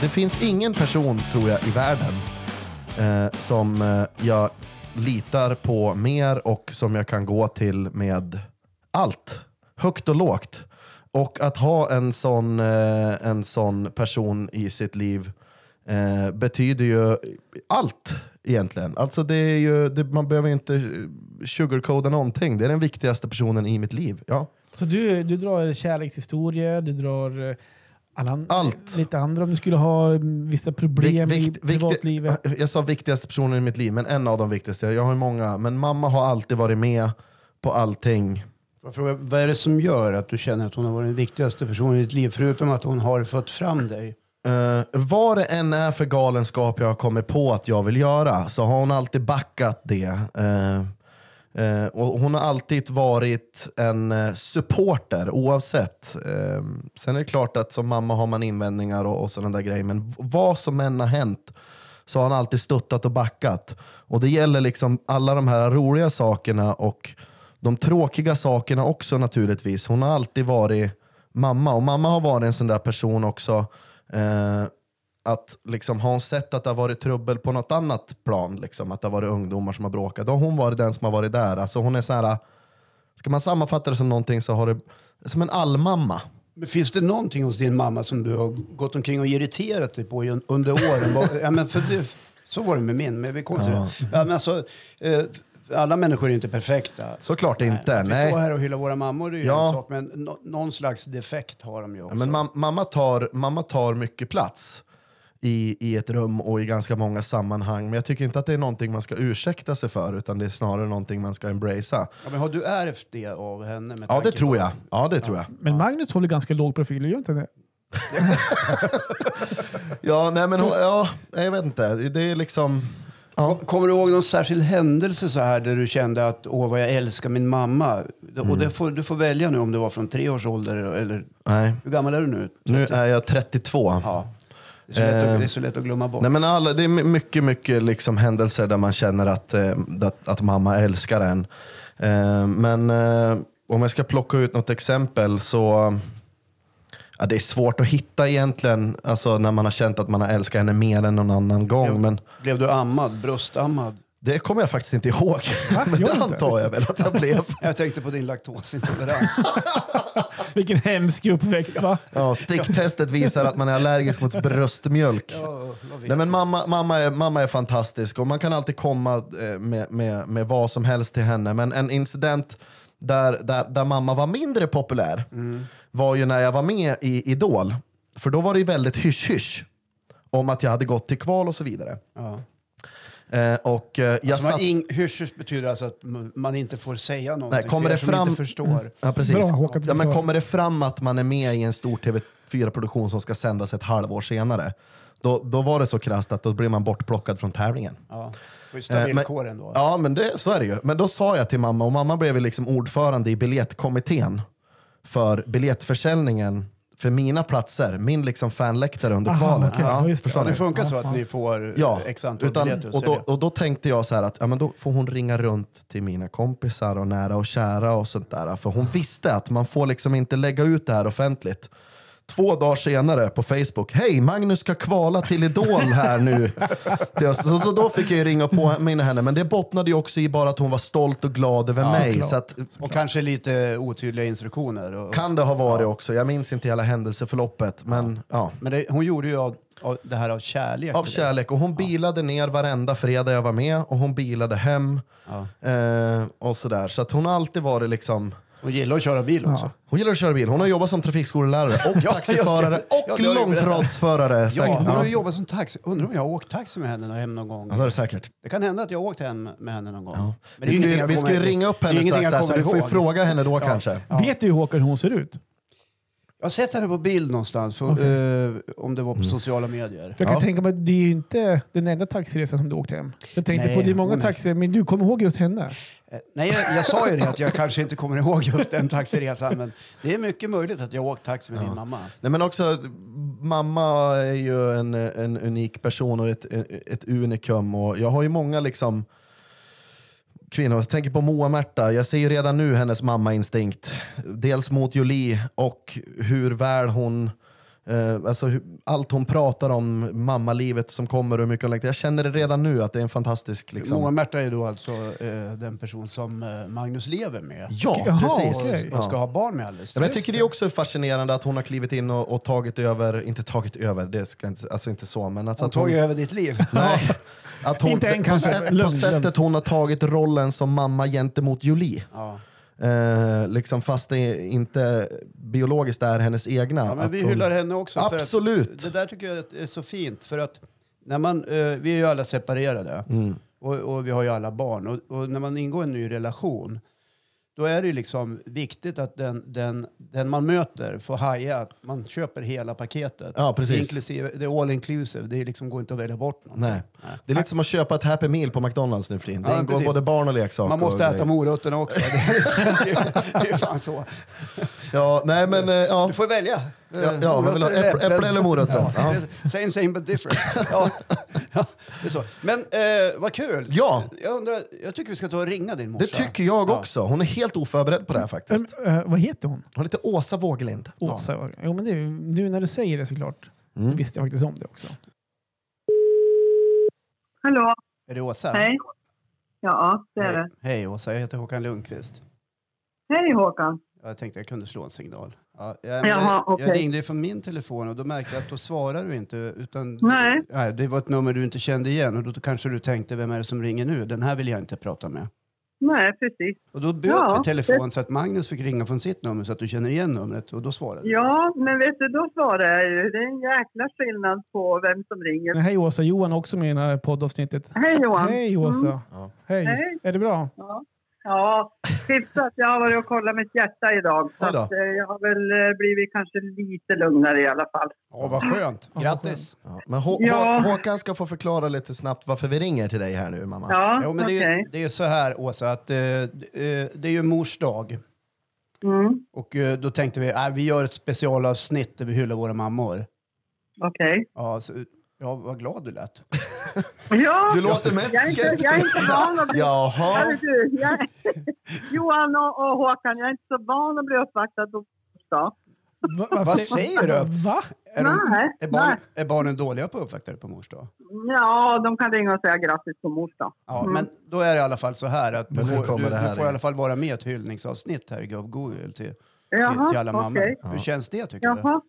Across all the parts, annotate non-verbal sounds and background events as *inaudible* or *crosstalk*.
Det finns ingen person, tror jag, i världen eh, som eh, jag litar på mer och som jag kan gå till med allt. Högt och lågt. Och att ha en sån, eh, en sån person i sitt liv eh, betyder ju allt egentligen. Alltså det är ju, det, man behöver ju inte sugarcoda någonting. Det är den viktigaste personen i mitt liv. Ja. Så du, du drar kärlekshistoria, du drar eh, alla, an- Allt. lite andra om du skulle ha mm, vissa problem Vikt- vikt- i privatlivet. vikti- Äh, Jag sa viktigaste personen i mitt liv, men en av de viktigaste. Jag har ju många, men mamma har alltid varit med på allting. Jag frågar, vad är det som gör att du känner att hon har varit den viktigaste personen i ditt liv? Förutom att hon har fött fram dig. Uh, vad det än är för galenskap jag har kommit på att jag vill göra så har hon alltid backat det. Eh, eh, och hon har alltid varit en eh, supporter oavsett. Eh, sen är det klart att som mamma har man invändningar och, och sådana där grejer. Men v- vad som än har hänt så har han alltid stöttat och backat. Och det gäller liksom alla de här roliga sakerna och de tråkiga sakerna också naturligtvis. Hon har alltid varit mamma och mamma har varit en sån där person också. Eh, att liksom, har hon sett att det har varit trubbel på något annat plan, liksom, att det har varit ungdomar som har bråkat, då har hon varit den som har varit där. Alltså hon är så här, ska man sammanfatta det som någonting så har det, som en allmamma. Men finns det någonting hos din mamma som du har gått omkring och irriterat dig på i- under åren? Vad- ja, men för du, så var det med min, men vi kom till det. Ja, men alltså, eh, alla människor är inte perfekta. Såklart inte. vi nej. står här och hyllar våra mammor, det är ju Ja. en sak, men nå- någon slags defekt har de ju Ja, också. men mam- mamma, tar, mamma tar mycket plats i, i ett rum och i ganska många sammanhang. Men jag tycker inte att det är någonting man ska ursäkta sig för, utan det är snärare någonting man ska embracea. Ja, men har du ärvt det av henne? Med Ja, det tanke tror på- jag. Ja, det tror jag. Men Magnus håller ganska låg profil, gör inte det? Ja, nej, men hon- ja, jag vet inte. Det är liksom... Ja. Kom- Kommer du ihåg någon särskild händelse så här där du kände att åh vad jag älskar min mamma? Mm. Och det får, du får välja nu om det var från tre års ålder eller Nej, hur gammal är du nu? nu är jag 32. Ja. Det är så lätt, Eh, att, det är så lätt att glömma bort. Nej, men alla, det är my- mycket, mycket liksom händelser där man känner att, eh, att, att mamma älskar en. Eh, men eh, om jag ska plocka ut något exempel så ja, det är svårt att hitta egentligen alltså, när man har känt att man har älskat henne mer än någon annan gång. Jo. Men Blev du ammad? Bröstammad? det kommer jag faktiskt inte ihåg. *laughs* men det Gör du inte? antar jag väl att jag blev. Jag tänkte på *laughs* din laktosintolerans. Vilken hemsk uppväxt va? Ja, sticktestet visar att man är allergisk mot bröstmjölk. Nej, men mamma, mamma, är, mamma är fantastisk och man kan alltid komma eh, med, med, med vad som helst till henne. Men en incident där, där, där mamma var mindre populär Mm. var ju när jag var med i Idol. För då var det ju väldigt hysch-hysch om att jag hade gått till kval och så vidare. ja. Eh, och, eh, jag alltså, man satt- ing- Hyschers betyder alltså att m- man inte får säga någonting Nej, kommer för det er som fram- Mm. inte förstår. Ja, precis. Bra, Håkan, ja, men bra. kommer det fram att man är med i en stor TV4-produktion som ska sändas ett halvår senare, då, då var det så krasst att då blir man bortplockad från tävlingen. Ja. Eh, Schyssta men- villkor ändå. Ja, men det, så är det ju. Men då sa jag till mamma, och mamma blev ju liksom ordförande i biljettkommittén för biljettförsäljningen för mina platser, min liksom fanläktare under Aha, kvalet. okej. Ja, just det. förstår Ja, ni? det funkar så att ni får ja, Ja, x antal utan, eh, biljetter att och, då, sälja. och då tänkte jag så här att ja, men då får hon ringa runt till mina kompisar och nära och kära och sånt där. För hon visste att man får liksom inte lägga ut det här offentligt. Två dagar senare på Facebook, hej Magnus ska kvala till Idol här *laughs* nu. Det- så, så då fick jag ju ringa på mina henne, men det bottnade ju också i bara att hon var stolt och glad över mig. såklart. Så att, Och kanske lite otydliga instruktioner. Och, kan det ha varit också, jag minns inte hela händelseförloppet. Men, ja. Men det, hon gjorde ju av, av det här av kärlek. Av till dig. kärlek. Och hon bilade ner varenda fredag jag var med och hon bilade hem. Eh, och sådär. Så att hon har alltid varit liksom... Hon gillar att köra bil också. Hon gillar att köra bil. Hon har jobbat som trafikskolelärare och *laughs* Ja, taxiförare just det. Ja, och det har du ju berättat. långtradsförare. Ja, säkert. hon har Ja, ju jobbat som taxi. Undrar om jag har åkt taxi med henne hem någon gång. Ja, det är det säkert. Det kan hända att jag har åkt hem med henne någon gång. Men det är Vi ska, ingenting ju- jag vi ska ju kommer- ringa upp det är henne ingenting strax, jag här, så kommer du får ju ihåg. fråga henne då kanske. Vet du hur Håkan hon ser ut? Jag har sett henne på bild någonstans, för, eh, om det var på Mm. sociala medier. Jag kan Ja. tänka mig att det är ju inte den enda taxiresan som du åkt hem. Jag tänkte Nej, på det är många hon är- taxier, men du kommer ihåg just henne? Eh, Nej, jag, jag sa ju det att jag kanske inte kommer ihåg just den taxiresan, men det är mycket möjligt att jag har åkt taxi med din mamma. Nej, men också, mamma är ju en, en unik person och ett, ett unikum. Och jag har ju många liksom kvinnor. Jag tänker på Moa-Märta. Jag ser ju redan nu hennes mamma-instinkt. Dels mot Jolie och hur väl hon Eh, alltså, hu- allt hon pratar om, mammalivet som kommer och hur mycket hon längtar. Jag känner det redan nu att det är en fantastisk... Liksom, Moa-Märta är då alltså eh, den person som eh, Magnus lever med. Ja, Jaha, precis. okej. Ja. Och ska ha barn med alldeles Ja, men jag strax. tycker det är också fascinerande att hon har klivit in och, och tagit över, inte tagit över, det ska jag inte, alltså inte så, men alltså Hon att hon, tog ju över ditt liv. *laughs* nej, att hon, Inte en på, kanske. sätt, på Lugn, sättet hon har tagit rollen som mamma gentemot Julie. Ja. Eh, liksom fast det inte biologiskt är hennes egna. Ja, men att vi hon- hyllar henne också. för att- Absolut. Det där tycker jag att är så fint. För att när man, eh, vi är ju alla separerade Mm. och, och vi har ju alla barn. Och, och när man ingår en ny relation då är det ju liksom viktigt att den, den, den man möter får haja att man köper hela paketet. Ja, precis. Inklusive, det är all inclusive. Det är liksom, går inte att välja bort någon. Nej. Det är lite som att köpa ett Happy Meal på McDonalds nu för tiden. Det Ja, ingår precis. både barn och leksaker. Man måste och äta grejer. morötterna också. *laughs* Det är, det, är, det är fan så. Ja, nej men eh, ja. Du får välja. Eh, Ja, ja, man vill ha morötter äpple- äpple eller morötter. Ja, Ja. det är Same same but different. Ja, ja, det är så. Men eh, vad kul. Ja. Jag, undrar, jag tycker vi ska ta och ringa din Det morsa. tycker jag också. Hon är helt oförberedd på Mm. det här faktiskt. Ehm, eh, vad heter hon? Hon är lite Åsa Wågelind. Åsa? Jo, men det, är ju- nu när du säger det såklart. Mm. Visste jag faktiskt om det också. Hallå, Är det Åsa? hej. Ja, det är Hej. det. Hej Åsa, jag heter Håkan Lundqvist. Hej Håkan. Jag tänkte jag kunde slå en signal. Ja, jag, Jaha, jag okej. ringde ju från min telefon och då märkte jag att då svarar du inte. Utan, Nej. nej. Det var ett nummer du inte kände igen och då kanske du tänkte vem är det som ringer nu? Den här vill jag inte prata med. Nej, precis. Och då böt Ja, vi telefon så att Magnus fick ringa från sitt nummer så att du känner igen numret och då svarade du. Ja, men vet du, då svarar jag ju. Det är en jäkla skillnad på vem som ringer. Men Hej Åsa, Johan är också med i det här poddavsnittet. Hej Johan. Mm. Hej Åsa. Ja. Hej. Hej. Är det bra? Ja, ja tipsat. Jag har varit och kollat mitt hjärta idag. Så Oj då. att, eh, jag har väl eh, blivit kanske lite lugnare i alla fall. Åh, vad skönt. vad Grattis. Ja. Men Hå- Ja. Hå- Håkan ska få förklara lite snabbt varför vi ringer till dig här nu mamma. Ja, Jo, men okej. det, är, det är så här, Åsa, att eh, eh, det är ju mors dag. Mm, Och eh, då tänkte vi att vi gör ett specialavsnitt där vi hyllar våra mammor. okej. Ja, så, ja vad glad du lät. Ja, Du låter mest jag är inte, jag är inte van att bli Jaha. Hörru du, jag, *laughs* Johan och, och Håkan, jag är inte så van att bli uppvaktad på torsdag. Va- Vad sä- säger du? Va? Är, de, Nej, är, barnen, nej. är barnen dåliga på uppvaktare på mors dag? Ja, de kan ringa och säga grattis på mors dag. Ja, men då är det i alla fall så här att du Men nu får, kommer du, det här du får i igen. alla fall vara med i ett hyllningsavsnitt här i Gubb Goodwill till, till, Jaha, till alla mammor. okej. Ja. Hur känns det tycker du? Jaha.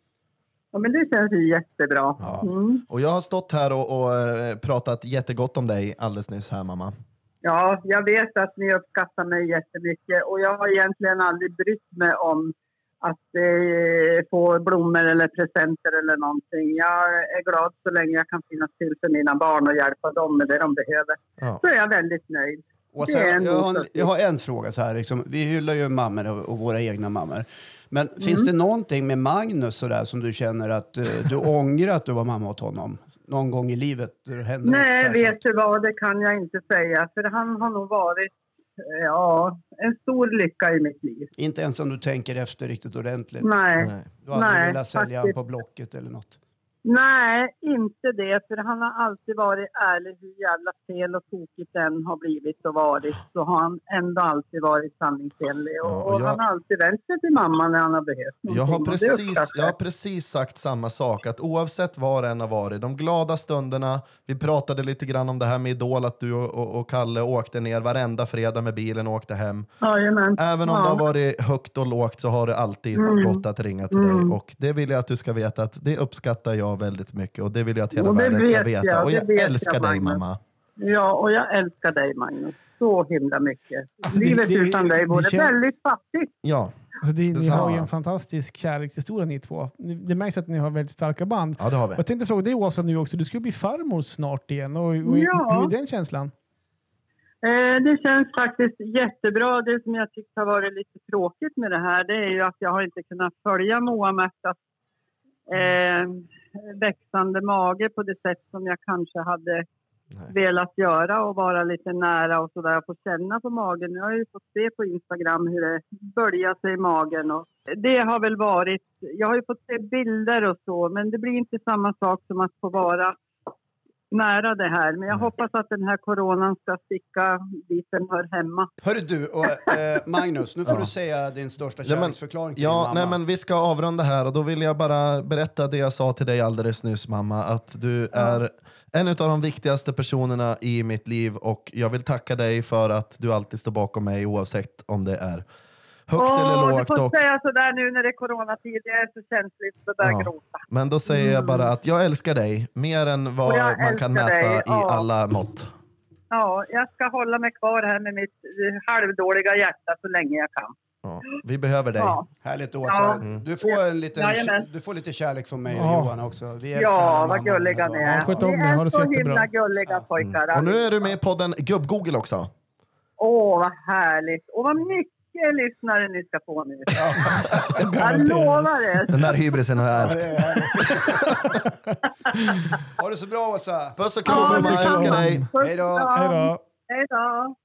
Ja, men det känns ju jättebra. Ja. Mm. Och jag har stått här och, och eh, pratat jättegott om dig alldeles nyss här mamma. ja, jag vet att ni uppskattar mig jättemycket och jag har egentligen aldrig brytt mig om att eh, få blommor eller presenter eller någonting. Jag är glad så länge jag kan finnas till för mina barn och hjälpa dem med det de behöver. Ja. Så är jag väldigt nöjd. Och Det sen, är en jag, har en, motsättning. jag har en fråga så här. Liksom, vi hyllar ju mammor och, och våra egna mammor. Men Mm. finns det någonting med Magnus så där, som du känner att eh, *laughs* du ångrar att du var mamma åt honom? Någon gång i livet? Det händer Nej, särskilt. vet du vad, det kan jag inte säga. För han har nog varit eh, ja, en stor lycka i mitt liv. Inte ens om du tänker efter riktigt ordentligt. Nej, Nej. Du hade nej, velat sälja honom faktiskt. på Blocket eller något. nej, inte det. För han har alltid varit ärlig hur jävla fel och tokigt den har blivit och varit. Så har han ändå alltid varit sanningsenlig. Och, Ja, och och jag- han har alltid vänt sig till mamma när han har behövt Jag någonting, har, och det precis, uppskattar jag har precis sagt samma sak, att oavsett var det än har varit, de glada stunderna, vi pratade lite grann om det här med Idol, att du och, och, och Kalle åkte ner varenda fredag med bilen och åkte hem. Jajamän. Även om ja. Mm. det har varit högt och lågt så har det alltid gått att ringa till dig. Och det vill jag att du ska veta att det uppskattar jag väldigt mycket och det vill jag att hela Och det världen ska vet veta. jag, och det jag vet jag, älskar dig Magnus. mamma. Ja, och jag älskar dig Magnus. Så himla mycket. Alltså, det- Livet det- utan dig det vore kän- väldigt fattigt. Ja, Alltså, det, ni Detsamma. har ju en fantastisk kärlekshistoria ni två. Ni- Det märks att ni har väldigt starka band. ja det har vi. Jag tänkte fråga dig Åsa nu också, du ska ju bli farmor snart igen. Och, och, Ja. Hur är den känslan? Eh, Det känns faktiskt jättebra. Det som jag tyckt har varit lite tråkigt med det här det är ju att jag har inte kunnat följa Moa Märtas eh, växande mage på det sätt som jag kanske hade Nej. velat göra och vara lite nära och sådär och få känna på magen. Jag har ju fått se på Instagram hur det böljar sig i magen och det har väl varit... Jag har ju fått se bilder och så men det blir inte samma sak som att få vara nära det här. Men jag hoppas att den här coronan ska sticka dit den hör hemma. Hörru du, och, *laughs* eh, Magnus, nu får Ja. du säga din största Ja, men- kärleksförklaring till Ja, din mamma. nej, men vi ska avrunda här och då vill jag bara berätta det jag sa till dig alldeles nyss mamma. Att du är en av de viktigaste personerna i mitt liv och jag vill tacka dig för att du alltid står bakom mig oavsett om det är högt eller Åh, du lågt. får Och, inte säga sådär nu när det är coronatid. Det är så känsligt. Så där Ja. gråta. men då säger jag bara att jag älskar dig mer än Och vad jag man kan mäta älskar dig, i ja. alla mått. Ja, jag ska hålla mig kvar här med mitt eh, halvdåliga hjärta så länge jag kan. Ja, vi behöver dig. Ja, Härligt Åsa. Ja. Du, får en liten, Jajamän. du får lite kärlek från mig och Ja. Johan också. Vi älskar ja alla vad mammor. gulliga ni är. Ja, sköt om ni det. Ha är det så så jättebra. himla gulliga pojkar. Mm. Och nu är du med i podden Gubb-Google också. Åh, vad härligt. Och vad mycket lyssnare ni ska få nu. Det behöver Jag inte göra. lovar er. Den där hybrisen har jag Ja, ärvt. det är härligt. ha det så bra Åsa. Puss och kram Ja, mamma, jag älskar detsamma. dig. Puss Hej då. och Hej kram. då. Hej då.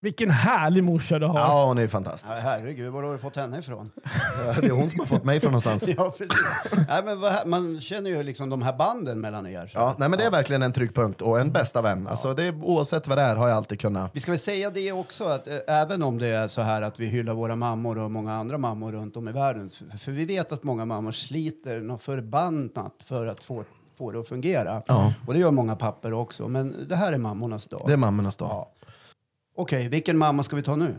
Vilken härlig morsa du har. Ja, hon är fantastisk. Ja, herregud, var har du fått henne ifrån? *laughs* Det är hon som har fått mig från någonstans. Ja, precis. Nej, men vad, här- man känner ju liksom de här banden mellan er. Så. Ja, nej, men det är verkligen en tryckpunkt och en bästa vän. Alltså, det är, oavsett vad det är har jag alltid kunnat. Vi ska väl säga det också, att eh, även om det är så här att vi hyllar våra mammor och många andra mammor runt om i världen, för, för vi vet att många mammor sliter något förbannat för att få, få det att fungera. Ja. Och det gör många papper också, men det här är mammornas dag. Det är mammornas dag. Ja. Okej, vilken mamma ska vi ta nu?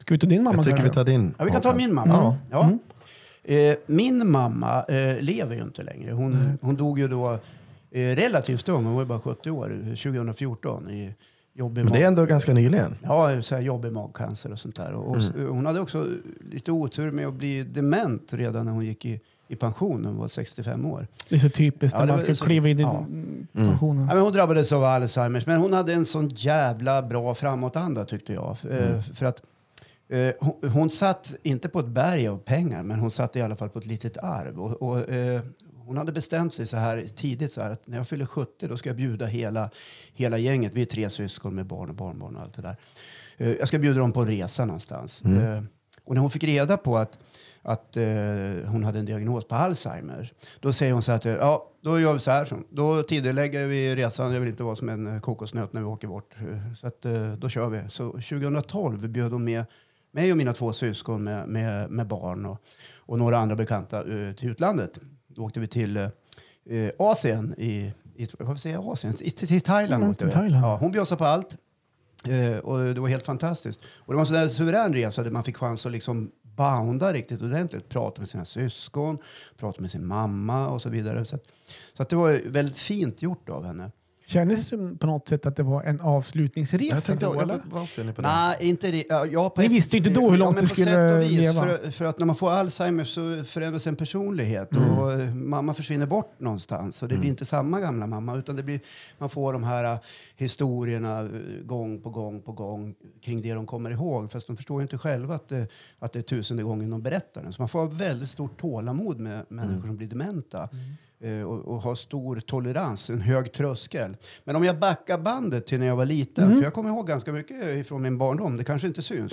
Ska vi ta din mamma jag tycker kanske? vi tar din. Ja, vi kan ta Håkan. min mamma. Ja. Mm. Ja. Eh, min mamma eh, lever ju inte längre. Hon, hon dog ju då eh, relativt ung, hon var ju bara 70 år, eh, 2014 i jobbig Men det är ändå ganska Mm. nyligen. Ja, så här jobbig magcancer och sånt där. Och, och Hon hade också lite otur med att bli dement redan när hon gick i, i pension. Hon var 65 år. Det är så typiskt Ja, när det man var ska så- kliva in i ja. Mm. pensionen. Ja, men hon drabbades av Alzheimers, men hon hade en sån jävla bra framåtanda tyckte jag. F- eh, För att eh, hon, hon satt, inte på ett berg av pengar, men hon satt i alla fall på ett litet arv. Och, och, eh, hon hade bestämt sig så här tidigt så här, att när jag fyller 70 då ska jag bjuda hela, hela gänget. Vi är tre syskon med barn och barnbarn och allt det där. Eh, jag ska bjuda dem på en resa någonstans. Eh, och när hon fick reda på att att eh, hon hade en diagnos på Alzheimer. Då säger hon så här till ja, då gör vi så här. så. Då tidigarelägger vi resan. Jag vill inte vara som en eh, kokosnöt när vi åker bort. Eh, Så att, eh, då kör vi. Så 2012 bjöd hon med mig och mina två syskon med, med, med barn och, och några andra bekanta eh, till utlandet. Då åkte vi till eh, eh, Asien i, i vad säger jag, Asien? I, till, till Thailand. Mm, åkte till vi. Thailand. Ja, hon bjöd sig på allt. Eh, och det var helt fantastiskt. Och det var en sån där suverän resa där man fick chans att liksom bounda riktigt ordentligt. Prata med sina syskon, prata med sin mamma och så vidare. Så, att, så att det var väldigt fint gjort av henne. Kändes det på något sätt att det var en avslutningsresa? Jag tänkte, då, jag, eller? vad åkte ni på det? Nej, inte det. Ja, ja, på Ni ett- visste ju inte då hur långt men du på skulle sätt och vis, leva. För, för att när man får Alzheimer så förändras en personlighet Mm. och eh, mamma försvinner bort någonstans. Och det blir inte samma gamla mamma utan det blir, man får de här eh, historierna eh, gång på gång på gång kring det de kommer ihåg. Fast de förstår ju inte själva att det, att det är tusende gången de berättar den. Så man får ha väldigt stort tålamod med människor Mm. som blir dementa. eh, Och, och ha stor tolerans, en hög tröskel. Men om jag backar bandet till när jag var liten, Mm. för jag kommer ihåg ganska mycket från min barndom, det kanske inte syns.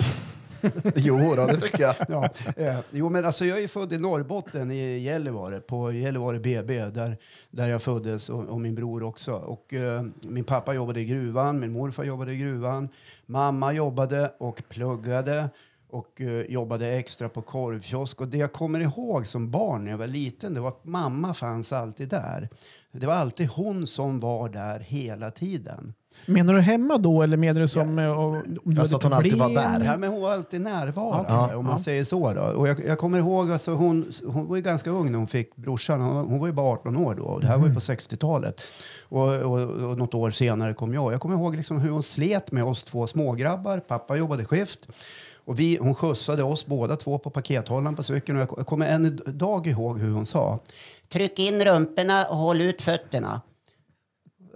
*laughs* Jo, då, det tycker jag. Ja, eh, jo, men alltså jag är född i Norrbotten, i Gällivare, på Gällivare BB där, där jag föddes och, och min bror också. Och, eh, min pappa jobbade i gruvan, min morfar jobbade i gruvan, mamma jobbade och pluggade och eh, jobbade extra på korvkiosk. Och det jag kommer ihåg som barn när jag var liten det var att mamma fanns alltid där. Det var alltid hon som var där hela tiden. Menar du hemma då eller menar du som... eh, Om du Jag sa hade att hon alltid var problem? *laughs* där. Ja, men hon var alltid närvarande, Ja, om man ja. säger så. Då. Och jag, jag kommer ihåg, alltså, hon, hon var ju ganska ung när hon fick brorsan. Hon, hon var ju bara 18 år då. Och det här Mm. var ju på 60-talet. Och, och, och något år senare kom jag. Jag kommer ihåg liksom hur hon slet med oss två smågrabbar. Pappa jobbade skift. Och vi, hon skjutsade oss båda två på pakethållaren på cykeln. Och jag, jag kommer än idag ihåg hur hon sa. Tryck in rumporna och håll ut fötterna.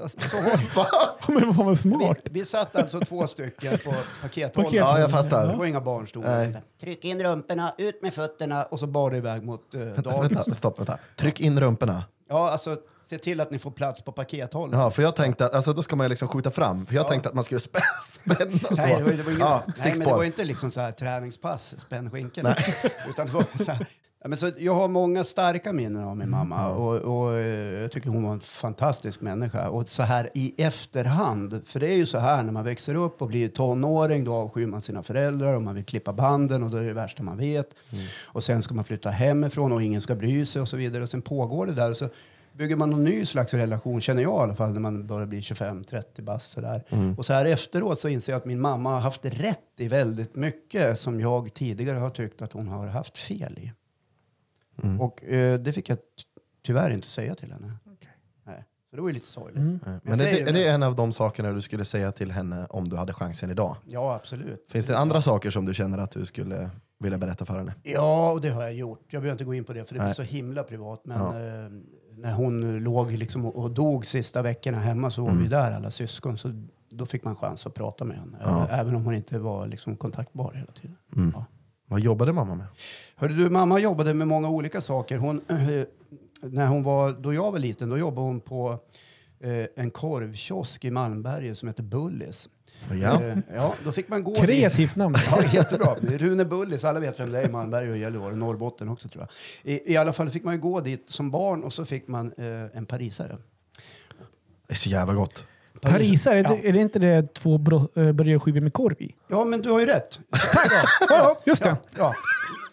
Alltså, *laughs* Så, Ja, men vad var vi, smart. vi satt alltså två stycken på pakethållaren. Paket- Ja, jag Det fattar. var inga barnstolar. Nej. Tryck in rumporna, ut med fötterna och så bar det iväg mot eh, Vänta, dagis. vänta, stopp, vänta. Tryck in rumporna. Ja, alltså se till att ni får plats på pakethållet. Ja, för jag tänkte att alltså, då ska man ju liksom skjuta fram. För jag tänkte att man skulle spä- *laughs* spänna så. Nej, det var, det var inget, ja, nej, men det stickspår. var inte liksom så här träningspass, spänn skinkorna. *laughs* Utan det var så här, Ja, men så jag har många starka minnen av Mm, min mamma och, och eh, jag tycker hon var en fantastisk människa. Och så här i efterhand, för det är ju så här när man växer upp och blir tonåring, då avskyr man sina föräldrar och man vill klippa banden och då är det det värsta man vet. Mm. Och sen ska man flytta hemifrån och ingen ska bry sig och så vidare. Och sen pågår det där. Och så bygger man någon ny slags relation, känner jag i alla fall, när man börjar bli 25-30 bast sådär. Mm. Och så här efteråt så inser jag att min mamma har haft rätt i väldigt mycket som jag tidigare har tyckt att hon har haft fel i. Mm. Och eh, det fick jag t- tyvärr inte säga till henne. Nej. Så det var ju lite sorgligt. Nej, Mm. Men Jag det, säger det, det. det är en av de sakerna du skulle säga till henne om du hade chansen idag. Ja, absolut. Finns det andra saker som du känner att du skulle vilja berätta för henne? Ja, och det har jag gjort. Jag behöver inte gå in på det för det blir Nej. så himla privat. Men Ja. eh, när hon låg liksom och, och dog sista veckorna hemma så var vi Mm. där alla syskon. Så då fick man chans att prata med henne. Ja. Även om hon inte var liksom kontaktbar hela tiden. Mm. Ja. Vad jobbade mamma med? Hörde du, mamma jobbade med många olika saker. Hon, *clears throat* eh, när hon var, då jag var liten då jobbade hon på eh, en korvkiosk i Malmberget som heter Bullis. Ja. Eh, ja, då fick man gå dit. Kreativt namn. *laughs* Ja, jättebra. Rune Bullis, alla vet vem det är i Malmberg och Gällivare, Norrbotten också tror jag. I, I alla fall fick man ju gå dit som barn och så fick man eh, en parisare. Det är så jävla gott. Parisare, är, Ja. det, är det inte det två bro- eh, brödskivor med korv i? ja, men du har ju rätt. Ja, ja, just det. Ja,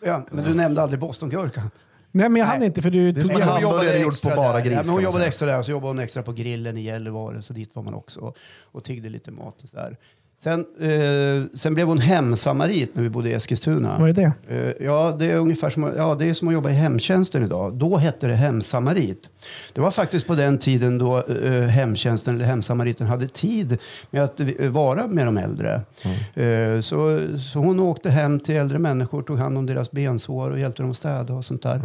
ja men du nämnde aldrig bostongurkan. Nej, men jag hann Nej. inte för du Det är tog som en Men hon hamburgare jobbade gjord extra på bara där. gris, Ja, kan men man hon jobbade säga. extra där, så jobbade hon extra på grillen i Gällivare, så dit var man också och, och tiggde lite mat och så där. Sen, eh, sen blev hon hemsamarit när vi bodde i Eskilstuna. Vad är det? Eh, Ja, det är ungefär som, ja, det är som att jobba i hemtjänsten idag. Då hette det hemsamarit. Det var faktiskt på den tiden då eh, hemtjänsten eller hemsamariten hade tid med att eh, vara med de äldre. Eh, så, så hon åkte hem till äldre människor, tog hand om deras bensår och hjälpte dem att städa och sånt där.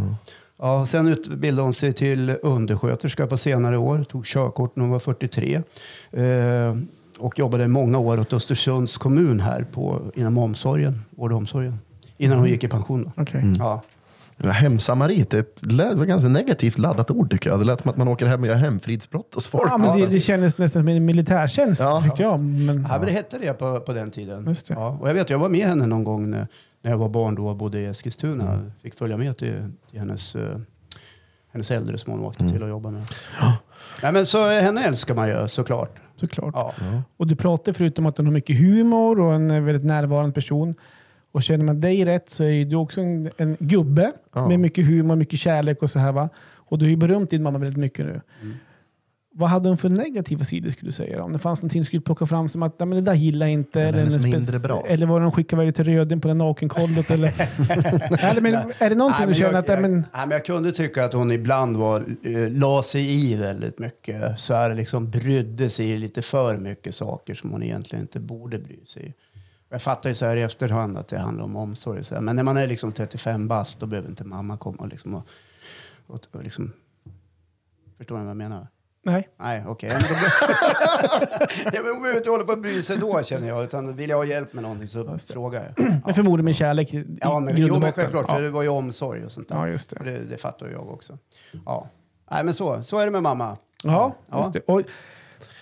Ja, sen utbildade hon sig till undersköterska på senare år. Tog körkort när hon var 43. Eh, och jobbade många år åt Östersunds kommun här på, inom omsorgen, vård och omsorgen. Innan hon gick i pension. Då. Okej. Ja. Mm. Ja, Hemsamarit, det är ett lä- det var ganska negativt laddat ord tycker jag. Det lät som att man åker hem och gör hemfridsbrott hos folk. Ja, men det, det kändes nästan som en militärtjänst, Ja. tyckte jag. Men, Ja, men det hette det på, på den tiden. Just det. Ja, och jag vet, jag var med henne någon gång när, när jag var barn då och bodde i Eskilstuna. Mm. Fick följa med till, till hennes, eh, hennes äldre som hon åkte Mm. till och jobbade med. Nej, men så eh, henne älskar man ju såklart. såklart. Ja. Och du pratar förutom att hon har mycket humor och en eh, väldigt närvarande person. Och känner man dig rätt så är ju du också en, en gubbe Ja. med mycket humor, mycket kärlek och så här va. Och du har ju berömt din mamma väldigt mycket nu. Mm. Vad hade hon för negativa sidor skulle du säga? då? Om det fanns någonting du skulle plocka fram som att Nej, men det där gillar jag inte. Eller hennes något spec- mindre bra. Eller var det hon skickade iväg till Röding på det nakenkollot? *laughs* eller, eller men, är det någonting du Nej, känner men att nej, jag, men, jag, nej, men jag kunde tycka att hon ibland var, eh, la sig i väldigt mycket. Så här liksom brydde sig i lite för mycket saker som hon egentligen inte borde bry sig i. Jag fattar ju så här i efterhand att det handlar om omsorg. och Så här. Men när man är liksom 35 bast då behöver inte mamma komma och liksom... Och, och, och liksom förstår ni vad jag menar? nej? Nej, okej. Ja, men då be- *laughs* Ja, men Hon behöver inte hålla på och bry sig då känner jag. Utan vill jag ha hjälp med någonting så frågar *clears throat* jag. Men förmodligen med kärlek i Ja, men, grund och jo, men botten. självklart. Ja. För det var ju omsorg och sånt där. Ja, just det. Och det, det fattar ju jag också. Ja. Nej, men så, så är det med mamma. Ja, Ja. just det. Och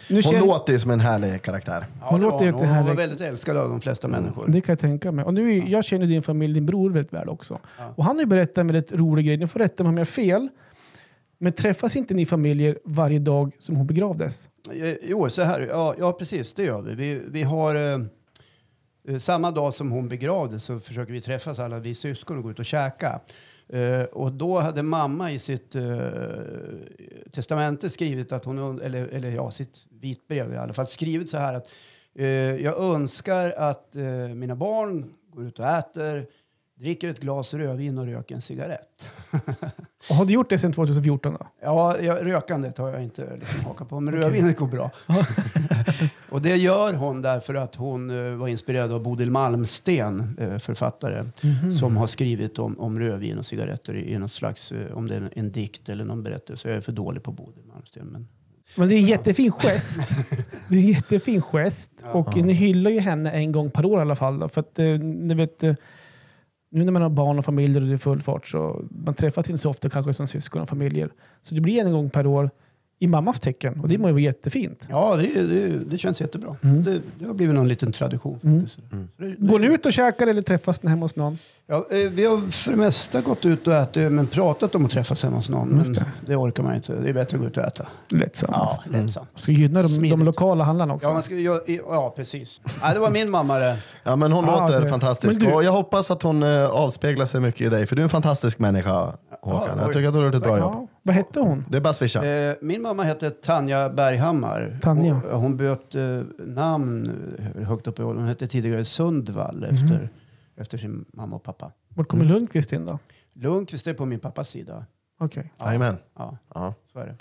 nu Hon känner, låter ju som en härlig karaktär. Ja, Hon det låter var hon. hon var jättehärlig. väldigt älskad av de flesta människor. det kan jag tänka mig. Och nu, Jag känner din familj, din bror, väldigt väl också. Och han har ju berättat en väldigt rolig grej. Nu får rätta mig om jag har fel. Men träffas inte ni familjer varje dag som hon begravdes? Eh, Jo, så här. Ja, ja, precis. Det gör vi. Vi, vi har... Eh, eh, samma dag som hon begravdes så försöker vi träffas alla vi syskon och gå ut och käka. Eh, och då hade mamma i sitt eh, testamente skrivit att hon, und- eller, eller ja, sitt vitbrev i alla fall, skrivit så här att eh, jag önskar att eh, mina barn går ut och äter, dricker ett glas rödvin och röker en cigarett. Och har du gjort det sedan 2014? Då? Ja, jag, rökandet har jag inte liksom hakat på, men rödvinet går *laughs* bra. och det gör hon därför att hon eh, var inspirerad av Bodil Malmsten, eh, författare, som har skrivit om, om rödvin och cigaretter i, i något slags, eh, om det är en, en dikt eller någon berättelse. Jag är för dålig på Bodil Malmsten. Men... Men det är en jättefin gest. Det är en jättefin gest. Och ni hyllar ju henne en gång per år i alla fall. Då, för att eh, ni vet, eh, nu när man har barn och familjer och det är full fart så man träffas inte så ofta kanske som syskon och familjer. Så det blir en gång per år. i mammas tecken. Och det må ju vara jättefint. Ja, det, det, det känns jättebra. Det, det har blivit någon liten tradition. faktiskt. Så det- Går ni ut och käkar eller träffas ni hemma hos någon? Ja, eh, vi har för det mesta gått ut och ätit, men pratat om att träffas hemma hos någon. Men det orkar man inte. Det är bättre att gå ut och äta. Lättsamt. Ja, lättsamt. Ska gynna de, Smidigt. de lokala handlarna också. Ja, man ska, ju göra- ja, precis. Nej, det var min mamma det. Ja, men hon Ah, låter det- fantastisk. men du- Och jag hoppas att hon eh, avspeglar sig mycket i dig, för du är en fantastisk människa, Håkan. oj. jag tycker att du har gjort ett bra jobb. Ja. Vad hette hon? Det är bara att swisha. Eh, Min mamma hette Tanja Berghammar. eh, Tanja. Hon, hon bytte namn högt upp i åldern. Hon hette tidigare Sundvall efter, Mhm. efter sin mamma och pappa. Vart kommer Mm. Lundqvist in då? Lundqvist är på min pappas sida. Okej. Jajamän. Ja, Ja. så är det.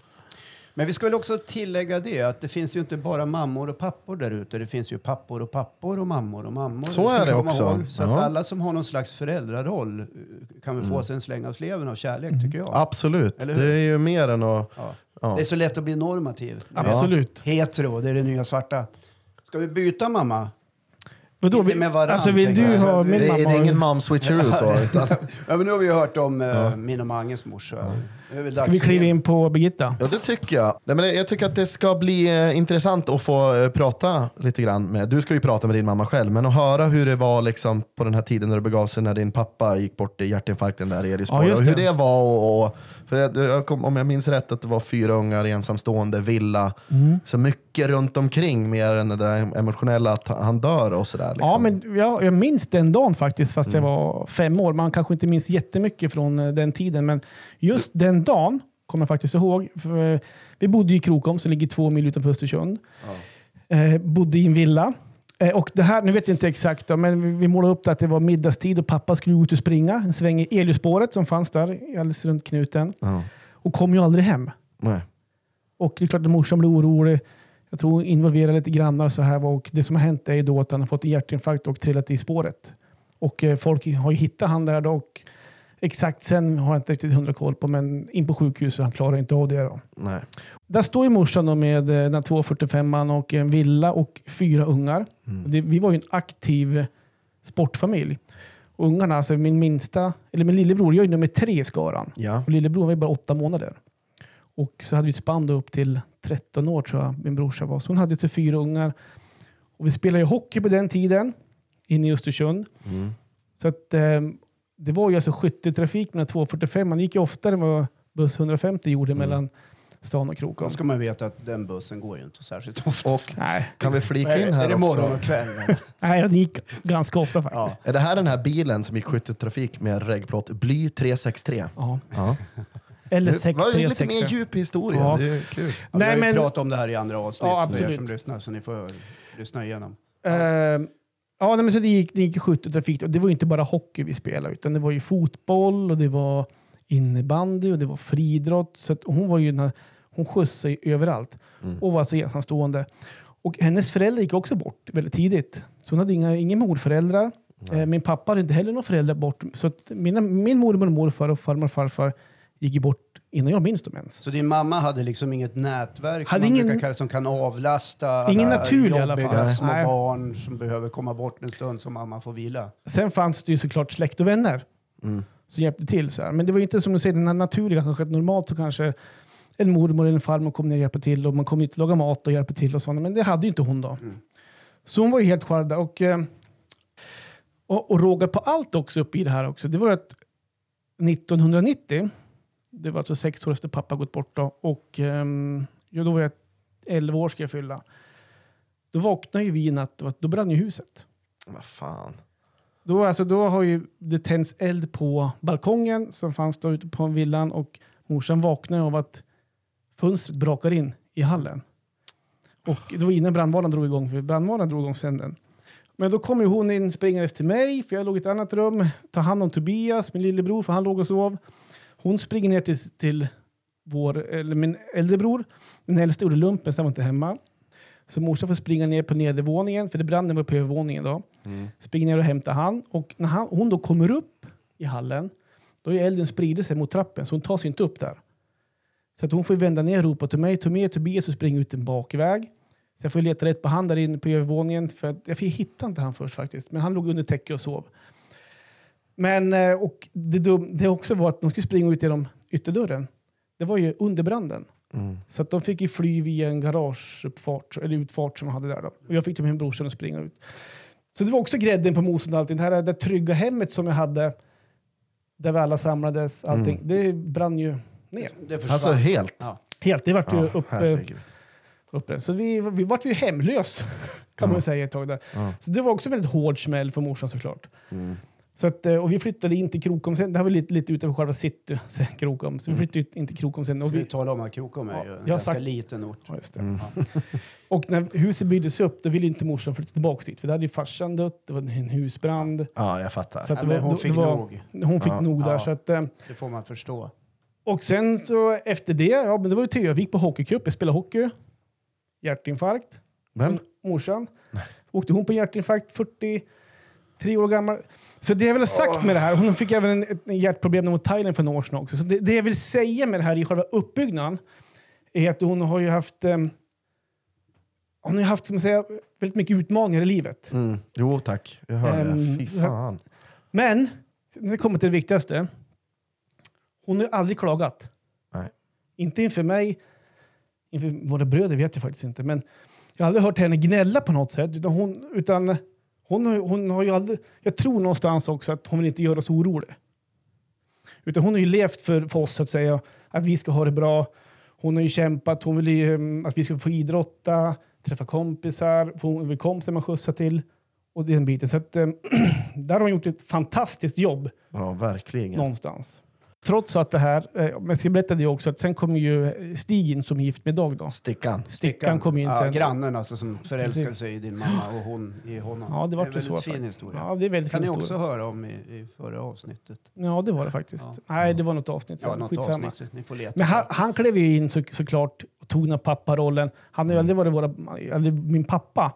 Men vi skulle också tillägga det att det finns ju inte bara mammor och pappor där ute. Det finns ju pappor och pappor och mammor och mammor. Så Det ska är det vi komma också. Så att Ja. Mm. alla som har någon slags föräldraroll eh, kan väl få sig en släng av sleven av kärlek, tycker jag. Absolut. Eller hur? Det är ju mer än att... Ja. Ja. Det är så lätt att bli normativ. Absolut. Hetero, det är det nya svarta. Ska vi byta mamma? Vadå, Inte vi- med varann, alltså vill tänker du jag. ha Det Det min är, mamma? det är ingen mom switcheroo *laughs* så. Utan, Ja, men nu har vi ju hört om eh, min och Manges morsa. Nu är det väl Ska dags vi för kliva det. in på Birgitta? ja, det tycker jag. Nej, men det- jag tycker att det ska bli eh, intressant att få eh, prata lite grann med... Du ska ju prata med din mamma själv, men att höra hur det var liksom, på den här tiden när det begav sig när din pappa gick bort i hjärtinfarkten där i Eriksborg. just och hur det. det var. Och, och, för jag, jag kom, om jag minns rätt att det var fyra ungar i ensamstående, villa. Mm. Så mycket runt omkring mer än det där emotionella att han dör och sådär. Liksom. Ja, men jag, jag minns den dagen faktiskt, fast jag var fem år. Man kanske inte minns jättemycket från eh, den tiden, men just den dagen kommer jag faktiskt ihåg. För, eh, vi bodde i Krokom, som ligger två mil utanför Östersund. Eh, bodde i en villa. Eh, och det här, nu vet jag inte exakt, då, men vi- vi målade upp det att det var middagstid och pappa skulle ut och springa en sväng i elljusspåret som fanns där, alldeles runt knuten. Ja. Och kom ju aldrig hem. Nej. Och det är klart att morsan blev orolig. Jag tror hon involverade lite grannar och så här. var. Och det som har hänt är ju då att han har fått en hjärtinfarkt och trillat i spåret. Och eh, folk har ju hittat han där då. Och exakt sen har jag inte riktigt hundra koll på, men in på sjukhuset. Han klarar inte av det då. Nej. Där står ju morsan då med eh, den här 245an och en villa och fyra ungar. Och Det, vi var ju en aktiv sportfamilj. Och ungarna, alltså min minsta, eller min lillebror, jag är ju nummer tre i skaran. Ja. Och lillebror var ju bara åtta månader. Och så hade vi ett spann då upp till 13 år tror jag min brorsa var. Så hon hade ju till fyra ungar. Och vi spelade ju hockey på den tiden, inne i Östersund. Mm. Så att, eh, det var ju alltså skytteltrafik med 245. Man gick ju oftare än vad buss 150 gjorde Mm. mellan stan och Då Krokom. ska man veta att den bussen går ju inte särskilt ofta. Och Nej, kan vi flika är, in här är det morgon också? *laughs* och kväll? nej, den gick ganska ofta faktiskt. Är det här den här bilen som gick skytteltrafik med reggplåt Bly 363? Ja. Ja. Eller Det var ju lite 636. mer djup historia. Ja. Det är ju kul. Nej, vi har Nej, ju men- pratat om det här i andra avsnitt Ja, för er absolut. som lyssnar, så ni får lyssna igenom. Ehm, ja, nej, men så det gick, det gick skytteltrafik. Och det var ju inte bara hockey vi spelade, utan det var ju fotboll och det var innebandy och det var friidrott. Så att hon var ju den här, hon skjutsade ju överallt och var alltså ensamstående. Och hennes föräldrar gick också bort väldigt tidigt. Så hon hade inga, inga morföräldrar. Eh, Min pappa hade inte heller några föräldrar bort. Så att mina, min mormor och morfar och farmor och farfar gick ju bort innan jag minns dem ens. Så din mamma hade liksom inget nätverk Hade som, man ingen- brukar kalla, som kan avlasta Ingen alla naturlig i alla fall. jobbiga små Nej. barn som behöver komma bort en stund så mamma får vila. Sen fanns det ju såklart släkt och vänner som hjälpte till. Så här. Men det var ju inte som du säger, den här naturliga. Kanske att normalt så kanske en mormor eller en farmor kom ner och hjälpte till och man kom hit och lagade mat och hjälpte till och sånt. Men det hade ju inte hon då. Så hon var ju helt skärrad där. Och, eh, och, och råga på allt också uppe i det här också. Det var ju att 1990, det var alltså sex år efter pappa gått bort då, och ehm, ja, då var jag 11 år ska jag fylla. Då vaknade ju vi i natt och då brann ju huset. Vad fan. Då, alltså, då har ju det tänds eld på balkongen som fanns då ute på villan och morsan vaknade av att fönstret brakar in i hallen. Och det var innan brandvarnaren drog igång, för brandvarnaren drog igång sen den. Men då kommer ju hon in springandes till mig, för jag låg i ett annat rum, tar hand om Tobias, min lillebror, för han låg och sov. Hon springer ner till, till vår, eller min äldre bror, den äldste gjorde lumpen, så han var inte hemma. Så morsan får springa ner på nedervåningen, för det brann var på övervåningen då. Springer ner och hämtar han. Och när han, hon då kommer upp i hallen, då är elden spridit sig mot trappen, så hon tar sig inte upp där. Så att hon får vända ner och ropa till mig, ta med Tobias och springa ut en bakväg. Så jag får leta rätt på han där inne på övervåningen, för att jag fick- hittade inte han först faktiskt, men han låg under täcket och sov. Men, eh, och det, dum- det också var att de skulle springa ut genom ytterdörren. Det var ju under branden. Mm. Så att de fick ju fly via en garageuppfart, eller utfart som de hade där. Då. Och jag fick ta min brorson och springa ut. Så det var också grädden på moset och allting. Det här det trygga hemmet som jag hade, där vi alla samlades, allting, det brann ju ner. Det försvann. Alltså helt. Ja. Helt, det vart ju Ja, uppe, herregud. uppe. Så vi, vi vart ju hemlös, *laughs* kan man ju säga ett tag där. Ja. Så det var också en väldigt hård smäll för morsan såklart. Mm. Så att, eh, och vi flyttade in till Krokom sen. Det här var lite, lite utanför själva city, *laughs* sen Krokom. Så vi flyttade ut in till Krokom sen. Och, Vi vi, talar om att Krokom Ja, är ju jag en har ganska sagt- liten ort. ja, just det. och när huset byggdes upp då ville inte morsan flytta tillbaka dit. För där hade ju farsan dött, det var en husbrand. ja, jag fattar. Så att det Ja, men var- hon det- fick det var, nog. Hon fick Ja, nog där. ja. Så att, eh, Det får man förstå. och sen så efter det, ja men det var ju tur. Jag gick på hockeycup, jag spelade hockey. Hjärtinfarkt. Vem? morsan. Åkte hon på hjärtinfarkt 43 år gammal. Så det jag vill ha sagt med det här, hon fick även en, ett hjärtproblem mot Thailand för några år sedan också. Så det, det jag vill säga med det här i själva uppbyggnaden är att hon har ju haft, ehm, hon har ju haft kan man säga, väldigt mycket utmaningar i livet. Mm. Jo tack, jag hör Ehm, det. Fy fan. Men, nu kommer jag till det viktigaste. Hon har ju aldrig klagat. Nej. Inte inför mig, inför våra bröder vet jag faktiskt inte. Men jag har aldrig hört henne gnälla på något sätt. Utan hon, utan hon, har, ju- hon har ju aldrig, jag tror någonstans också att hon vill inte göra oss oroliga. Utan hon har ju levt för, för oss så att säga, att vi ska ha det bra. Hon har ju kämpat, hon vill ju mm, att vi ska få idrotta, träffa kompisar, få hon vill kompisar man skjutsar till och den biten. Så att, eh, där har hon gjort ett fantastiskt jobb Ja, verkligen. någonstans. Trots att det här, eh, men jag ska berätta det också, att sen kommer ju Stig in som gift med Dag då. Stickan. Stickan kom in ja, sen. Grannen alltså som förälskade Precis. sig i din mamma och hon i honom. Ja, det var är en ju så väldigt fin faktiskt. historia. Ja, det är väldigt kan fin ni historia. också höra om i, i förra avsnittet. Ja, det var det faktiskt. Ja. Nej, det var något avsnitt. Ja, sen. något Skitsamma. avsnitt. så Ni får leta. Men han, han klev ju in så, såklart och tog den här papparollen. Han har ju Mm. aldrig varit våra, aldrig min pappa.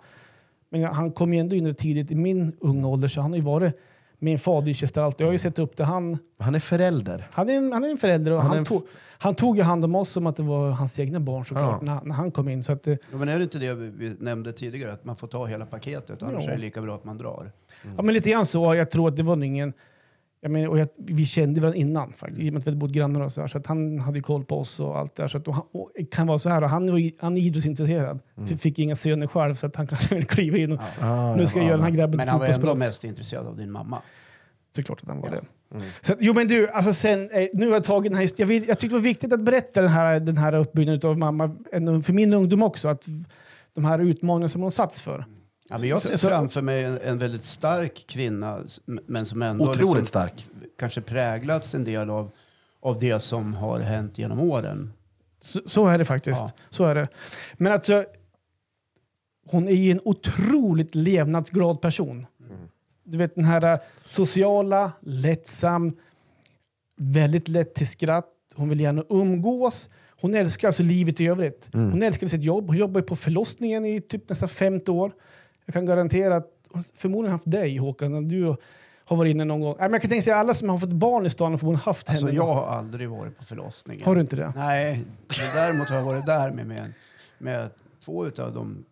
Men han kom ju ändå in rätt tidigt i min unga ålder så han har ju varit min fadersgestalt. Jag har ju sett upp till han. Han är förälder. Han är en, han är en förälder och Han han, är en f- tog, han tog ju hand om oss som att det var hans egna barn såklart Ja. när, han- när han kom in. Så att, eh, Ja, men är det inte det vi, vi nämnde tidigare, att man får ta hela paketet? Annars Ja. är det lika bra att man drar. Ja, Mm. men lite grann så. Jag tror att det var nog ingen... Jag menar, och jag, vi kände varandra innan faktiskt, i och med att vi hade bott grannar och så, här, så att han hade ju koll på oss och allt där. Så att, och han, och det kan vara så här, och han, var, ju- han är idrottsintresserad. Mm. F- Fick inga söner själv så att han *laughs* kanske vill kliva in och Ah, nu ska jag göra den här grabben Men till han var ändå fotbollsproffs. mest intresserad av din mamma. Såklart att han var det. Så att, jo men du, alltså sen, eh, nu har jag tagit den här hist- jag, vill, jag tyckte det var viktigt att berätta den här, den här uppbyggnaden av mamma, ändå för min ungdom också, att de här utmaningarna som hon satts för. Ja, men jag ser Så- så- framför mig en, en väldigt stark kvinna, s- m- men som ändå Otroligt liksom stark. kanske präglats en del av, av det som har hänt genom åren. Så, så är det faktiskt. Ja. Så är det. Men alltså, hon är ju en otroligt levnadsglad person. Mm. Du vet den här eh, sociala, lättsam, väldigt lätt till skratt. Hon vill gärna umgås. Hon älskar alltså livet i övrigt. Mm. Hon älskar sitt jobb. Hon jobbar ju på förlossningen i typ nästan 50 år. Jag kan garantera att hon förmodligen haft dig Håkan, när du har varit inne någon gång. Nej, men jag kan tänka sig alla som har fått barn i stan har förmodligen haft henne. Alltså, jag har aldrig varit på förlossningen. Har du inte det? Nej, men däremot har jag varit där med, med, med två av de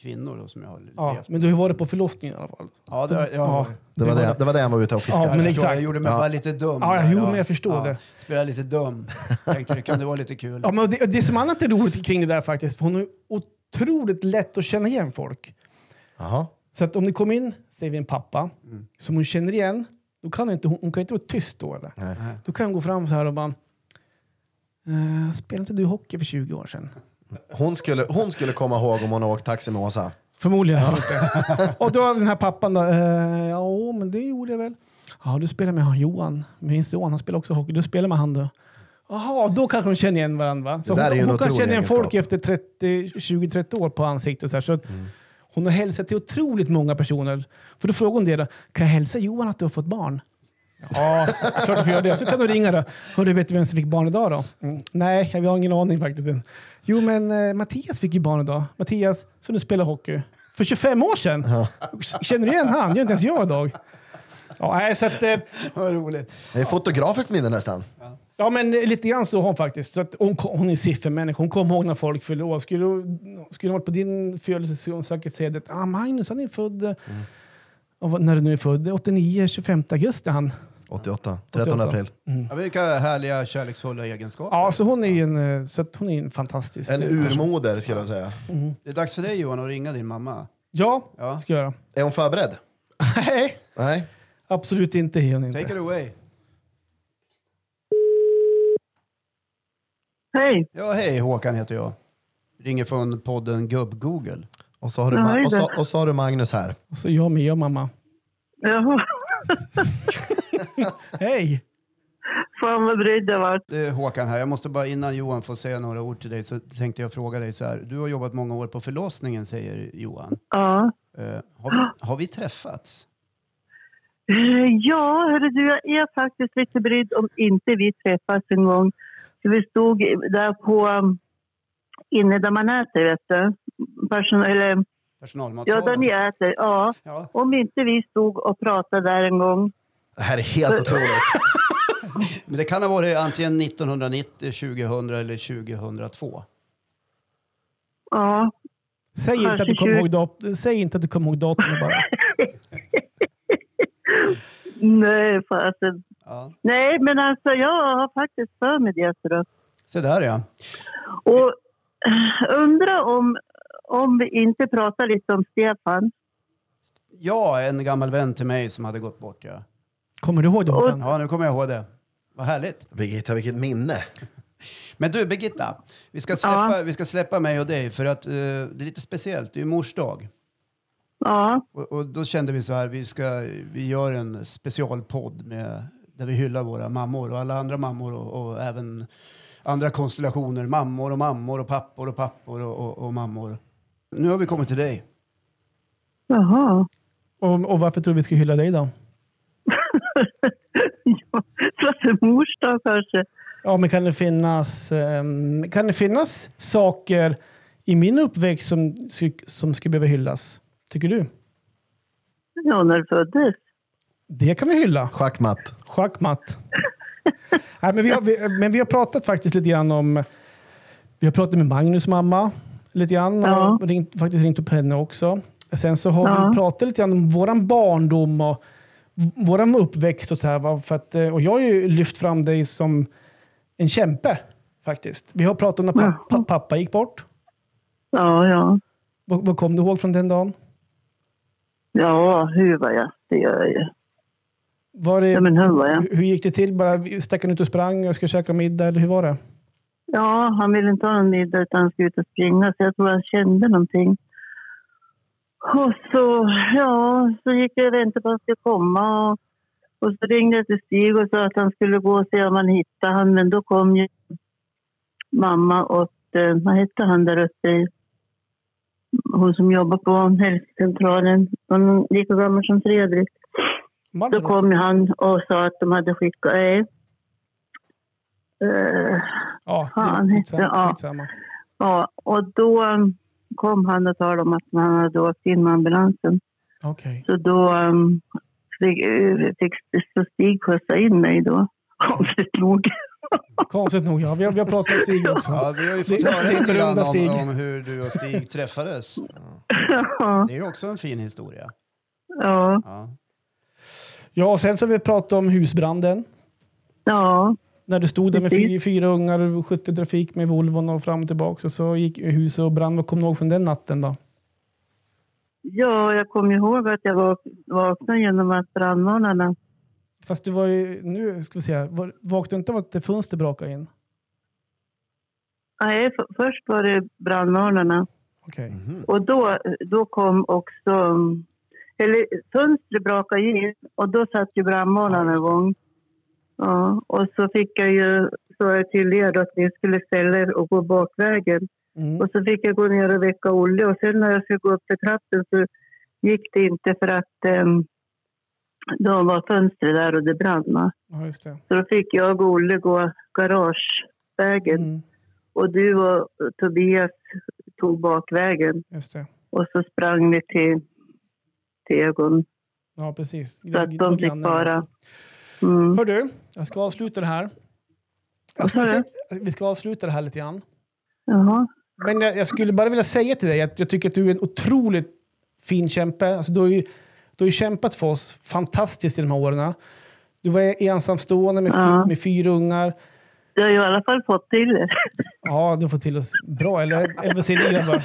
kvinnor då, som jag har Ja, levt med. men du har ju varit på förlossningen i alla fall. Ja, det har- jag har varit. Det var det, det var det han var ute och fiskade. men jag, exakt. förstår, jag gjorde mig Ja. bara lite dum. Ja, jag där, gjorde mig- jag förstår det. Spelade lite dum. Tänkte det kunde vara lite kul. Ja, men det, det som annat är roligt kring det där faktiskt, hon är otroligt lätt att känna igen folk. Jaha. Så att om det kommer in, säger vi en pappa, Mm. som hon känner igen, då kan hon inte, hon, hon kan inte vara tyst då. Eller? Nej. Då kan hon gå fram så här och bara, eh, spelade inte du hockey för 20 år sedan? Hon, skulle, hon skulle komma ihåg om hon har åkt taxi med Åsa. Förmodligen. inte. och då har den här pappan då, eh, ja men det gjorde jag väl. Ja, du spelar med han Johan, min son, han spelar också hockey. Du spelar med han då. Jaha, då kanske de känner igen varandra va? Så Det där är ju hon en hon kan otrolig känna igen egenskap. Mm. folk efter 30, 20-30 år på ansiktet. Så här, så att Hon har hälsat till otroligt många personer. För då frågar hon det då, kan jag hälsa Johan att du har fått barn? Ja, klart du får göra det. Så kan du ringa då. Hörru, vet du vem som fick barn idag då? Nej, jag har ingen aning faktiskt. Men- Jo, men eh, Mattias fick ju barn idag. Mattias, som nu spelar hockey. För 25 år sedan! Känner du igen han? Gör inte ens jag idag. Ja, nej, så att, eh, *laughs* Vad roligt. Det är fotografiskt minne nästan. ja men eh, lite grann så har hon faktiskt. Så att hon, ko- hon är en siffermänniska. Hon kommer ihåg när folk fyllde år. Skulle, du- skulle hon varit på din födelse skulle hon säkert säga att ah, Magnus, han är född... eh, och vad- När du nu är född? 89, 25 augusti han. 88. 13 88. april. Ja, vilka härliga kärleksfulla egenskaper. Mm. Ja, så hon är ju en, eh, så att hon är en fantastisk... En eh, urmoder skulle jag säga. Det är dags för dig Johan att ringa din mamma. Ja, Ja. ska jag göra. *laughs* Är hon förberedd? Nej, Nej. absolut inte. är Hon inte. Take it away. Hej! Ja, hej Håkan heter jag. Ringer från podden Gubb-Google. Och så, har du Ja, Ma- hej och, då. så, och så har du Magnus här. Och så Alltså, jag med, jag mamma. Jaha, Hej! *laughs* fan vad brydd jag vart. Det är Eh, Håkan här. Jag måste bara innan Johan får säga några ord till dig så tänkte jag fråga dig så här. Du har jobbat många år på förlossningen säger Johan. Ja. Eh, har, vi, har vi träffats? Eh, Ja, hörru du, jag är faktiskt lite brydd om inte vi träffas en gång. För vi stod där på um, inne där man äter, vet du. Person, eller, ja, Personalmatsalen? där ni äter. Ja. Ja. Om inte vi stod och pratade där en gång. Det här är helt *laughs* otroligt. Men det kan ha varit antingen 1990, 2000 eller 2002. Ja. Säg inte, att du kom ihåg dat- Säg inte att du kommer ihåg datumet bara. Nej, fasen. Ja. Nej, men alltså jag har faktiskt för mig det. så då. Se där ja. Och eh, undra om, om vi inte pratar lite om Stefan. Ja, en gammal vän till mig som hade gått bort ja. Kommer du ihåg datumet? Ja, nu kommer jag ihåg det. Vad härligt. Birgitta, vilket minne. Men du, Birgitta, vi ska släppa, vi ska släppa mig och dig för att eh, det är lite speciellt. Det är ju mors dag. Ja, Och, och då kände vi så här, vi, ska, vi gör en specialpodd med, där vi hyllar våra mammor och alla andra mammor och, och även andra konstellationer. Mammor och mammor och pappor och pappor och, och, och mammor. Nu har vi kommit till dig. jaha. Och, och varför tror du vi ska hylla dig då? ja, för mors dag kanske. Ja, men kan det finnas, ehm, kan det finnas saker i min uppväxt som, sk- som skulle behöva hyllas? Tycker du? Ja, när du föddes. Det kan vi hylla. Schackmatt. Schackmatt. Nej, men, vi har, vi, men vi har pratat faktiskt lite grann om... Vi har pratat med Magnus mamma lite grann Ja. och ringt, faktiskt ringt upp henne också. Sen så har Ja. vi pratat lite grann om våran barndom och v- våran uppväxt och så här. va, För att, eh, och jag har ju lyft fram dig som en kämpe faktiskt. Vi har pratat om när pappa, pappa gick bort. Ja, ja. Vad, vad kom du ihåg från den dagen? Ja, hur var jag? Det gör jag ju. Var det, Ja, men hur var jag? hur- Hur gick det till? Bara stack han ut och sprang och ska käka middag eller hur var det? Ja, han ville inte ha någon middag utan han skulle ut och springa så jag tror han kände någonting. Och så, ja, så gick jag och väntade på att han skulle komma och, och så ringde jag till Stig och sa att han skulle gå och se om han hittade han. Men då kom ju mamma och, eh, vad hette han där uppe i, hon som jobbar på hälsocentralen, hon är lika gammal som Fredrik. Då Malin? kom ju han och sa att de hade skickat, nej. Eh, Ja, det Fan, är hette- skitsamma. ja. skitsamma. Ja, och då um, kom han och talade om att han hade åkt in med ambulansen. Okej. Så då um, fick, eh, fick så Stig skjutsa in mig då. *laughs* Konstigt nog. *laughs* Konstigt nog, ja. Vi har, vi har pratat om Stig också. Ja, vi har ju fått Det- det höra är lite grann berömda Stig. om, om hur du och Stig träffades. Det är ju också en fin historia. ja, Ja. Ja, och sen så har vi pratat om husbranden. ja, När du stod där med fy, Precis. fyra ungar och skötte trafik med Volvon och fram och tillbaka. Och så gick huset och brann. Vad kommer du ihåg från den natten då? ja, jag kommer ihåg att jag vak- vaknade genom att brandvarnarna... Fast du var ju, nu ska vi se här. Var- Vaknade du inte av att ett fönster brakade in? Nej, f- först var det brandvarnarna. Okej. Och då, då kom också... um, Eller fönstret brakade ju in och då satt ju Ja, brandvarnarna just det. igång. Ja, och så fick jag ju sa jag till er då att ni skulle ställa er och gå bakvägen. Mm. Och så fick jag gå ner och väcka Olle och sen när jag skulle gå upp till trappen så gick det inte för att um, då var fönstret där och det brann. va. Ja, just det. Så då fick jag och Olle gå garagevägen Mm. och du och Tobias tog bakvägen. Just det. Och så sprang vi till Tegon. Ja, precis. Så att de fick Grannen. bara... Mm. Hör du, jag ska avsluta det här. Jag Vad ska sa se, du? vi ska avsluta det här lite grann. Jaha. Men jag, jag skulle bara vilja säga till dig att jag tycker att du är en otroligt fin kämpe. Alltså, du, har ju, du har ju kämpat för oss fantastiskt i de här åren. Du var ensamstående med, fy- Ja. med fyra ungar. Du har ju i alla fall fått till det. Ja, du får till oss bra. Eller Elvis Elian bara.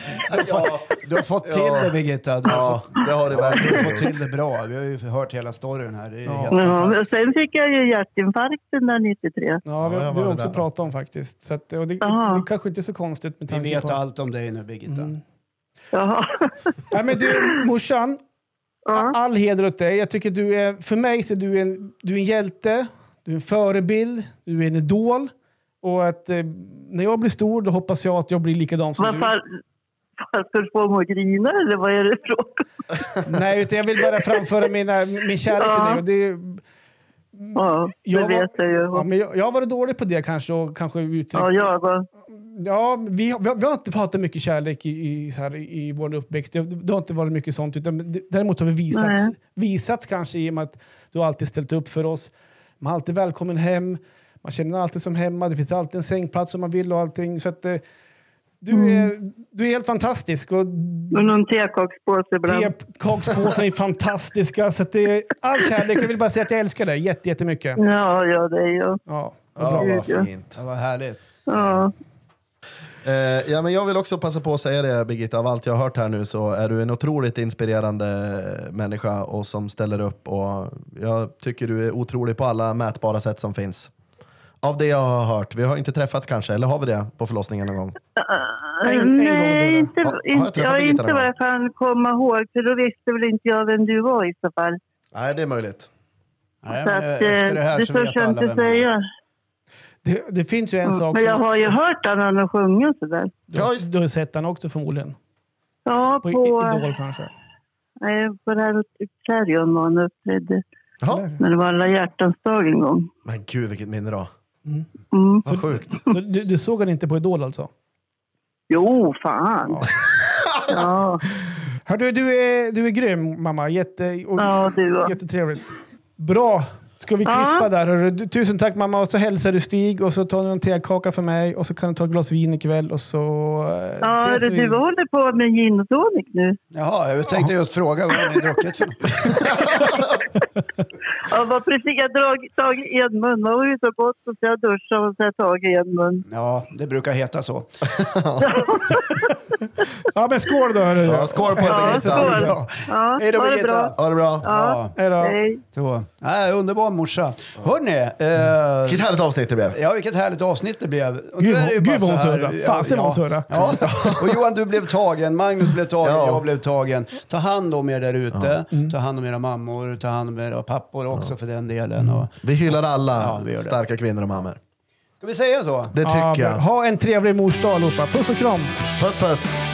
Ja, Du har fått till Ja. det Birgitta. Du har, ja, fått, det har det du har verkligen fått gjort. till det bra. Vi har ju hört hela storyn här. Det är ju helt Ja, fantastiskt. och *laughs* sen fick jag ju hjärtinfarkten där 93. Ja, vi, Ja, jag det har var vi också där. pratat om faktiskt. Så att, och det, Jaha. det kanske inte är så konstigt med Vi tanke vet på... allt om dig nu Birgitta. Jaha. *laughs* Nej, men du, morsan. Ja. All heder åt dig. Jag tycker du är, för mig så är du en, du är en hjälte, du är en förebild, du är en idol. Och att eh, när jag blir stor då hoppas jag att jag blir likadan som du. Varför, varför får man grina eller vad är det frågan Nej, utan jag vill bara framföra mina, min kärlek till Ja. dig. Och det, är- Ja, det Mm. Jag var- vet jag ju. ja, men typ- jag, jag har varit dålig på det kanske och kanske uttryckt... Ja, jag var. Ja, vi, har- vi, har, vi har inte pratat mycket kärlek i, i, så här, i i vår uppväxt. Det, det har inte varit mycket sånt. Utan, d- däremot har vi visats, Nej. visats kanske i och med att du har alltid ställt upp för oss. Man är alltid välkommen hem. Man känner sig alltid som hemma. Det finns alltid en sängplats om man vill och allting. Så att, eh, du, Mm. är, du är helt fantastisk. Och Och någon tekakspåse ibland. tekakspåsar är fantastiska. Så att det är all kärlek. Jag vill bara säga att jag älskar dig jätte- jättemycket. Ja, ja, det är jag. Ja, vad Ja, bra. vad fint. Det var härligt. Ja. Eh, ja, men jag vill också passa på att säga det, Birgitta. Av allt jag har hört här nu så är du en otroligt inspirerande människa och som ställer upp. Och jag tycker du är otrolig på alla mätbara sätt som finns. Av det jag har hört. Vi har inte träffats kanske, eller har vi det på förlossningen någon gång? en- en gång Nej, gjorde jag. inte, Har- har jag inte, träffat ja, Birgitta inte någon vad jag kan komma ihåg. För då visste väl inte jag vem du var i så fall. Nej, det är möjligt. Nej, Så men, att, eh, eh, efter det här det så törs vet jag alla inte vem det är. säga. Det, det finns ju en sak Men jag som har ju hört honom sjunga och sådär. du, Ja, har- just- du har sett den också förmodligen. Ja, På på, I- Idol kanske. nej, på det här hotellet Clarion var han och uppträdde Jaha. när det var alla hjärtans dag en gång. Men gud vilket minne då. Mm. Vad sjukt. Så du, du såg den inte på Idol alltså? Jo, fan! *laughs* Ja, Hör du, du är, du är grym mamma. Jätte, och, ja du var. Jättetrevligt. Bra! Ska vi Ja. klippa där? hörru? Du, tusen tack mamma. Och så hälsar du Stig och så tar du en tekaka för mig och så kan du ta ett glas vin ikväll och så eh, Ja, ses du, vi. du håller på med gin och tonic nu. Jaha, jag tänkte just fråga vad har ni druckit för *laughs* något? Ja, vad precis. Jag har dragit- tagit en mun. Man var ju så gott och så jag duschade och så har jag tagit en mun. Ja, det brukar heta så. Ja, men skål då hörru. Ja, skål på er Ja, Birgitta. skål. Bra. Ja, Hej då ha det Birgitta. bra. Ha det bra. Ja, Hej då. hej. Så. Nej, underbar morsa. Hörni, eh, Vilket härligt avsnitt det blev. Ja, vilket härligt avsnitt det blev. Och Gud, nu är det ju bara gud, vad hon så här- surrar. Fasen, vad hon ja, ja. *laughs* Och Johan, du blev tagen. Magnus blev tagen. Ja. Jag blev tagen. Ta hand om er där ute. Mm. Ta hand om era mammor. Ta hand om era pappor också för den delen. Och, Vi hyllar Ja, alla vi gör det. starka kvinnor och mammor. ska vi säga så? Det Ja, tycker jag. Ha en trevlig mors dag allihopa. Puss och kram! Puss puss.